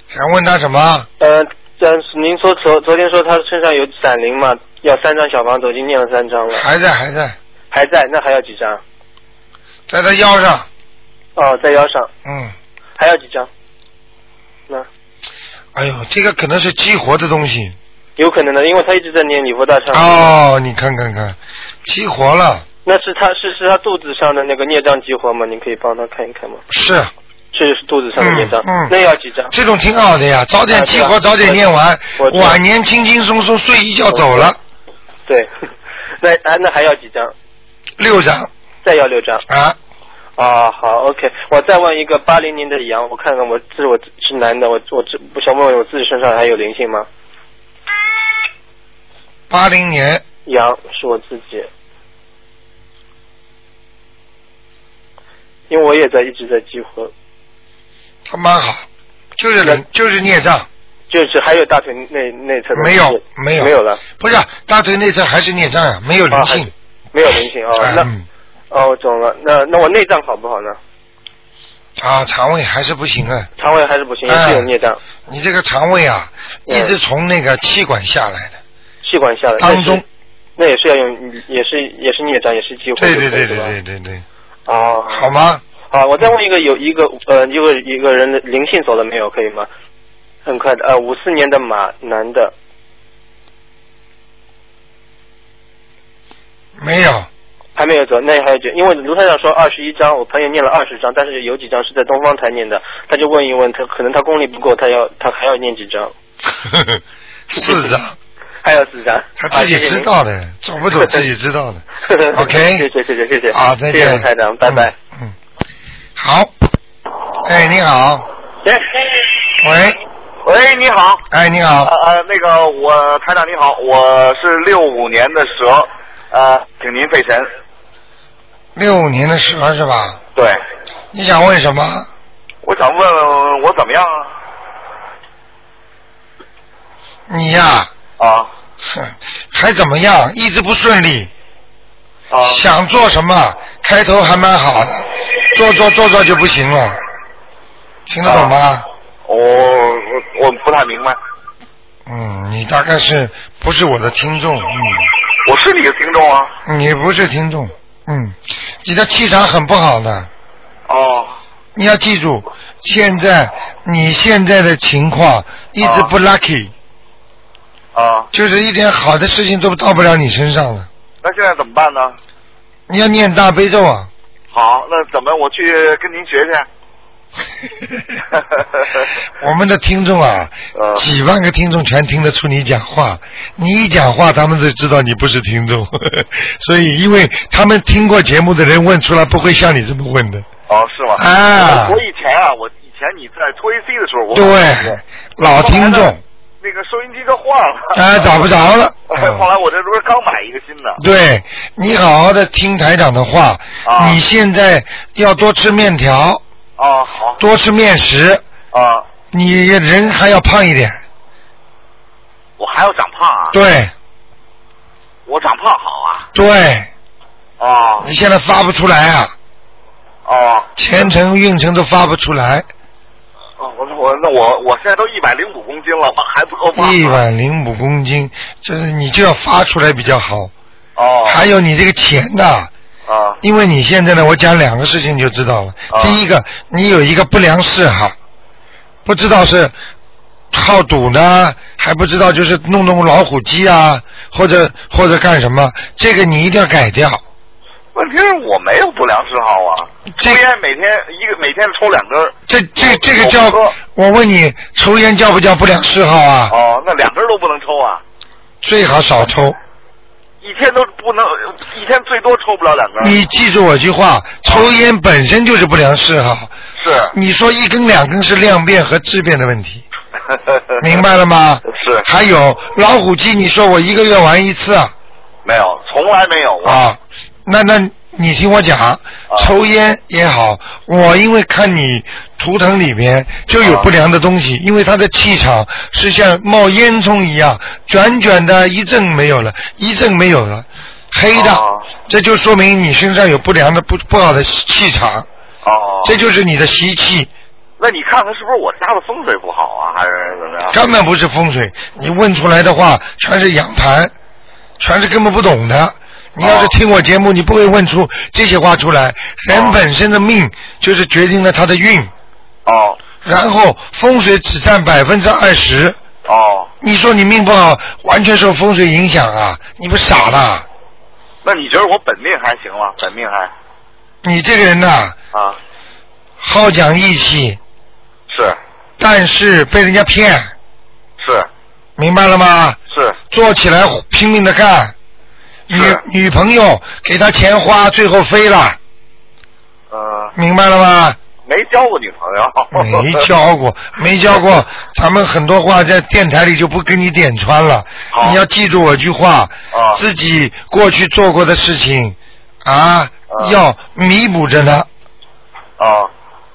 想问他什么？
呃，但是您说昨昨天说她身上有闪灵嘛，要三张小房子，我已经念了三张了，
还在，还在，
还在，那还要几张？
在他腰上，
哦，在腰上，
嗯，
还要几张？那
哎呦，这个可能是激活的东西
有可能的，因为她一直在念礼佛大忏悔。
哦，你看看看，激活了，
那是她是是她肚子上的那个孽障激活吗？您可以帮她看一看吗？
是
是是肚子上的孽障，
嗯嗯
那要几张？
这种挺好的呀，早点激活，
啊对啊
早点念完
我我，知道
晚年轻轻松松睡一觉走了，
对， [laughs] 那啊那还要几张？
六张
再要六张。
啊，
啊，好，OK，我再问一个八零年的羊，我看看我这我是男的，我我这我想问问我自己身上还有灵性吗？
八零年
羊是我自己，因为我也在一直在激活，
他蛮好，就是人就是孽障，
就是还有大腿内内侧的
没有
灵性
没有
没有了，
不是啊大腿内侧还是孽障啊，没有灵性
啊没有灵性哦，
啊，
那、
嗯
哦我懂了，那那我内脏好不好呢？
啊，肠胃还是不行啊，
肠胃还是不行，也
哎
是有孽障，
你这个肠胃啊，
嗯
一直从那个气管下来的
气管下来
当中，，
那也是那也是要用，也是也是孽障，也是激活
对
就可
对
以
对
是
对
吧
对对对，
哦，
好吗？
好，我再问一个，有一个呃，一个一个人的灵性走了没有？可以吗？很快的，呃，五四年的马，男的，
没有，
还没有走，那还有几？因为卢台长说二十一章，我朋友念了二十章，但是有几章是在东方台念的，他就问一问，他可能他功力不够，他要他还要念几章？ [laughs]
四张，
还有四啊章，
他自己知道
[laughs]
的，走不走自己知道的。
啊。谢谢您
OK
谢谢谢谢谢谢，
好，再
谢谢
见，
卢台长，拜拜。
嗯。嗯，
[laughs]
好。哎，你好，
哎、
喂，
喂，
喂，你好。
哎，你好。
呃呃，那个我台长你好，我是六五年的蛇，呃，请您费神。
六五年的蛇是吧？
对，
你想问什么？
我想问问我怎么样啊？
你呀、
啊。
哼，还怎么样？一直不顺利。
啊。
想做什么？开头还蛮好的，做做做做就不行了，听得懂吗？
啊我呃我我不太明白，
嗯，你大概是不是我的听众？嗯，
我是你的听众啊。
你不是听众，嗯，你的气场很不好的。
哦。
你要记住，现在你现在的情况一直不 lucky，、
啊，
就是一点好的事情都到不了你身上了。
那现在怎么办呢？
你要念大悲咒啊！
好，那怎么我去跟您学去？ [laughs]
我们的听众啊，几万个听众全听得出你讲话，你一讲话，他们就知道你不是听众， [laughs] 所以因为他们听过节目的人问出来不会像你这么问的。
哦，是吗？
啊
我以前啊，我以前你在拖 AC 的时候，我
对，老听众，
那个收音机都坏了。
哎找不着了
[laughs]
嗯
后来我这不是刚买一个新的。
对你好好的听台长的话，
啊
你现在要多吃面条，
啊，好。
多吃面食，
啊，
你人还要胖一点。
我还要长胖啊。。
对
我长胖好啊。
对，
哦
你现在发不出来啊，
哦
前程运程都发不出来，
哦，我我那我我现在都一百零五公斤了，我还不够胖。
一碗零五公斤，就是你就要发出来比较好。
哦。
还有你这个钱呐、
啊
因为你现在呢，我讲两个事情就知道了。第一个，你有一个不良嗜好，不知道是好赌呢，还不知道就是弄弄老虎机啊，或者或者干什么，这个你一定要改掉。
问题是我没有不良嗜好啊，抽烟每天一个每天抽两根儿。
这这这个叫
我不喝
我问你，抽烟叫不叫不良嗜好啊？
哦，那两根儿都不能抽啊，
最好少抽。
一天都不能，一天最多抽不了两根儿。
你记住我句话，抽烟本身就是不良嗜好。
是。
你说一根两根是量变和质变的问题。 [laughs] 明白了吗？
是。
还有老虎机，你说我一个月玩一次啊？
没有，从来没有啊。
啊，那那你听我讲，抽烟也好，我因为看你图腾里面就有不良的东西，因为他的气场是像冒烟囱一样卷卷的，一阵没有了，一阵没有了，黑的，这就说明你身上有不良的不不好的气场，
哦。
这就是你的习气。
那你看看是不是我家的风水不好啊，还是怎么样？
根本不是风水，你问出来的话全是洋盘，全是根本不懂的。你要是听我节目，你不会问出这些话出来。人本身的命就是决定了他的运，
哦
然后风水只占百分之二十。
哦，
你说你命不好，完全受风水影响啊！你不傻啦？
那你觉得我本命还行吗？本命还
你这个人呐、
啊
好讲义气，
是
但是被人家骗，
是
明白了吗？
是
做起来拼命的干，女女朋友给他钱花，最后飞了，
呃
明白了吗？
没交过女朋友，
没交
[laughs]
过，没交过，咱们很多话在电台里就不跟你点穿了。你要记住我句话，
啊
自己过去做过的事情啊，要弥补着呢。
哦。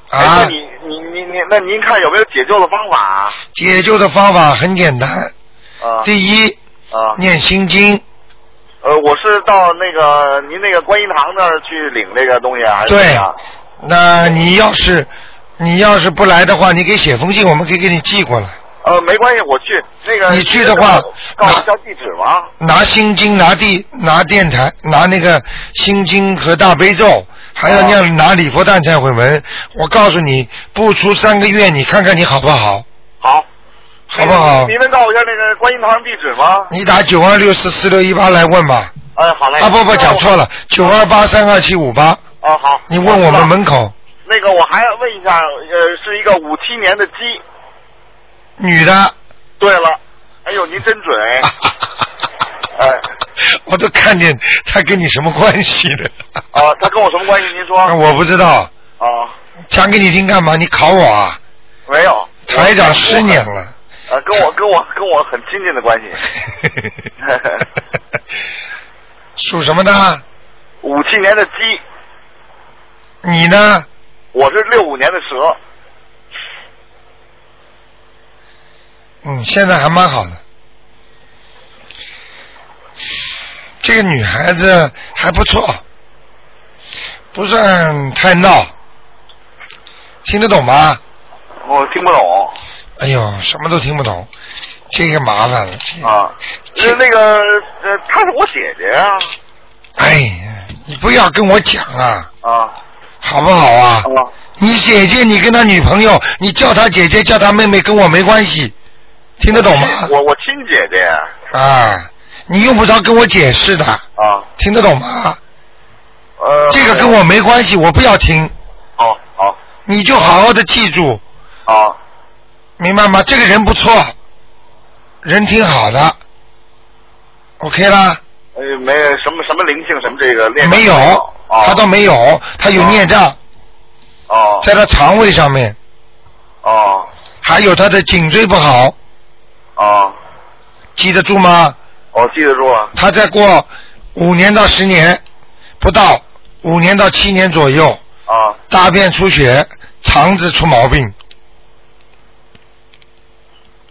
啊
哎，那你你你你，那您看有没有解救的方法啊？
解救的方法很简单，
啊
第一，
啊，
念心经，
呃，我是到那个您那个观音堂那儿去领这个东西啊，还是
对
怎么样
那你要是你要是不来的话，你给写封信，我们可以给你寄过来。
呃，没关系，我去那个。
你去的话
告诉一下地址吗？
拿心经、拿地、拿电台、拿那个心经和大悲咒，还要念、拿礼佛大忏悔文。我告诉你，不出三个月，你看看你好不好？
好，
好不好
您？能告诉我一下那个观音堂地址吗？
你打九二六四四六一八来问吧。
哎，好嘞。
啊不不，讲错了，九二八三二七五八。
哦，好。
你问我们门口
那个，我还要问一下，呃，是一个五七年的鸡。
女的，
对了，哎呦，您真准
[laughs]
哎。哎，
我都看见她跟你什么关系了？
啊，他跟我什么关系？您说。
我不知道，
啊，
讲给你听干嘛？你考我啊？
没有。
台长失年了，
呃，跟我跟我跟我很亲近的
[laughs]
关系。
属什么的？
五七年的鸡，
你呢？
我是六五年的蛇，
嗯，现在还蛮好的。这个女孩子还不错，不算太闹，听得懂吗？
我听不懂
哎呦，什么都听不懂，这个麻烦了。
啊。是那个呃，她是我姐啊姐呀、
哎呀，你不要跟我讲啊，
啊。啊。
好不好啊？你姐姐，你跟她女朋友，你叫她姐姐，叫她妹妹，跟我没关系，听得懂吗？
我我亲姐姐
啊，你用不着跟我解释的，
啊。
听得懂吗？
呃。
这个跟我没关系，我不要听。
哦，好。
你就好好的记住，
啊
明白吗？这个人不错，人挺好的，OK 啦，
呃，没什么什么灵性什么这个练
没有，他倒没有，他有孽障，
哦
在他肠胃上面，
哦
还有他的颈椎不好，
哦，
记得住吗？
我记得住啊了。
他再过五年到十年不到，五年到七年左右，
啊
大便出血，肠子出毛病，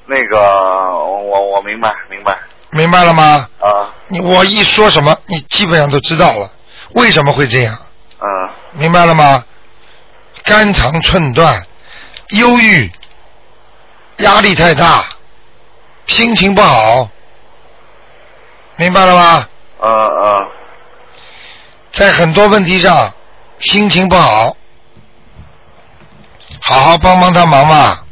那个我我明白明白
明白了吗？
啊
你我一说什么，你基本上都知道了，为什么会这样？
嗯
明白了吗？肝肠寸断，忧郁，压力太大，心情不好，明白了吗？
呃呃
在很多问题上心情不好，好好帮帮他忙吧。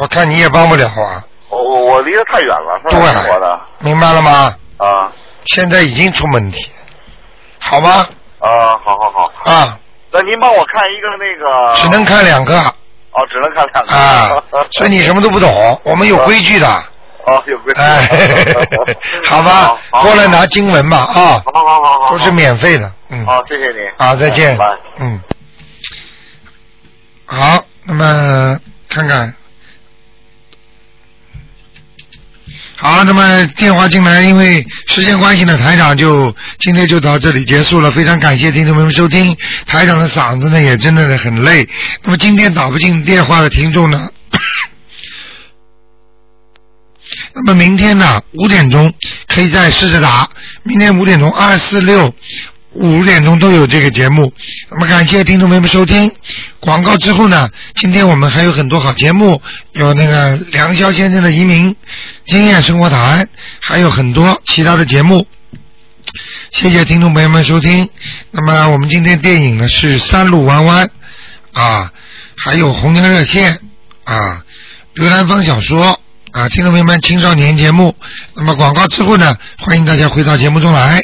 我看你也帮不了啊，
我我我离得太远了，
对
我的
明白了吗？
啊
现在已经出问题，好吗？
啊，好好好，
啊，
那您帮我看一个那个，
只能看两个
哦，只能看两个
啊，所以你什么都不懂，我们有规矩的。
[laughs] 哦，有规矩，
哎， [laughs] 好吧，过来拿经文吧啊，
好好好好，
都是免费的，嗯，
好，谢谢你，
啊，再见
拜，
嗯，好，那么看看，好，那么电话进来，因为时间关系呢，台长就今天就到这里结束了，非常感谢听众朋友们收听，台长的嗓子呢也真的很累，那么今天打不进电话的听众呢。 [coughs] 那么明天呢，五点钟可以再试着打。明天五点钟，二四六五点钟都有这个节目。那么感谢听众朋友们收听。广告之后呢，今天我们还有很多好节目，有那个梁霄先生的移民经验生活档案，还有很多其他的节目。谢谢听众朋友们收听。那么我们今天电影呢是《三路弯弯》啊，还有《红娘热线》啊，《刘兰芳小说》啊，听众朋友们青少年节目。那么广告之后呢，欢迎大家回到节目中来。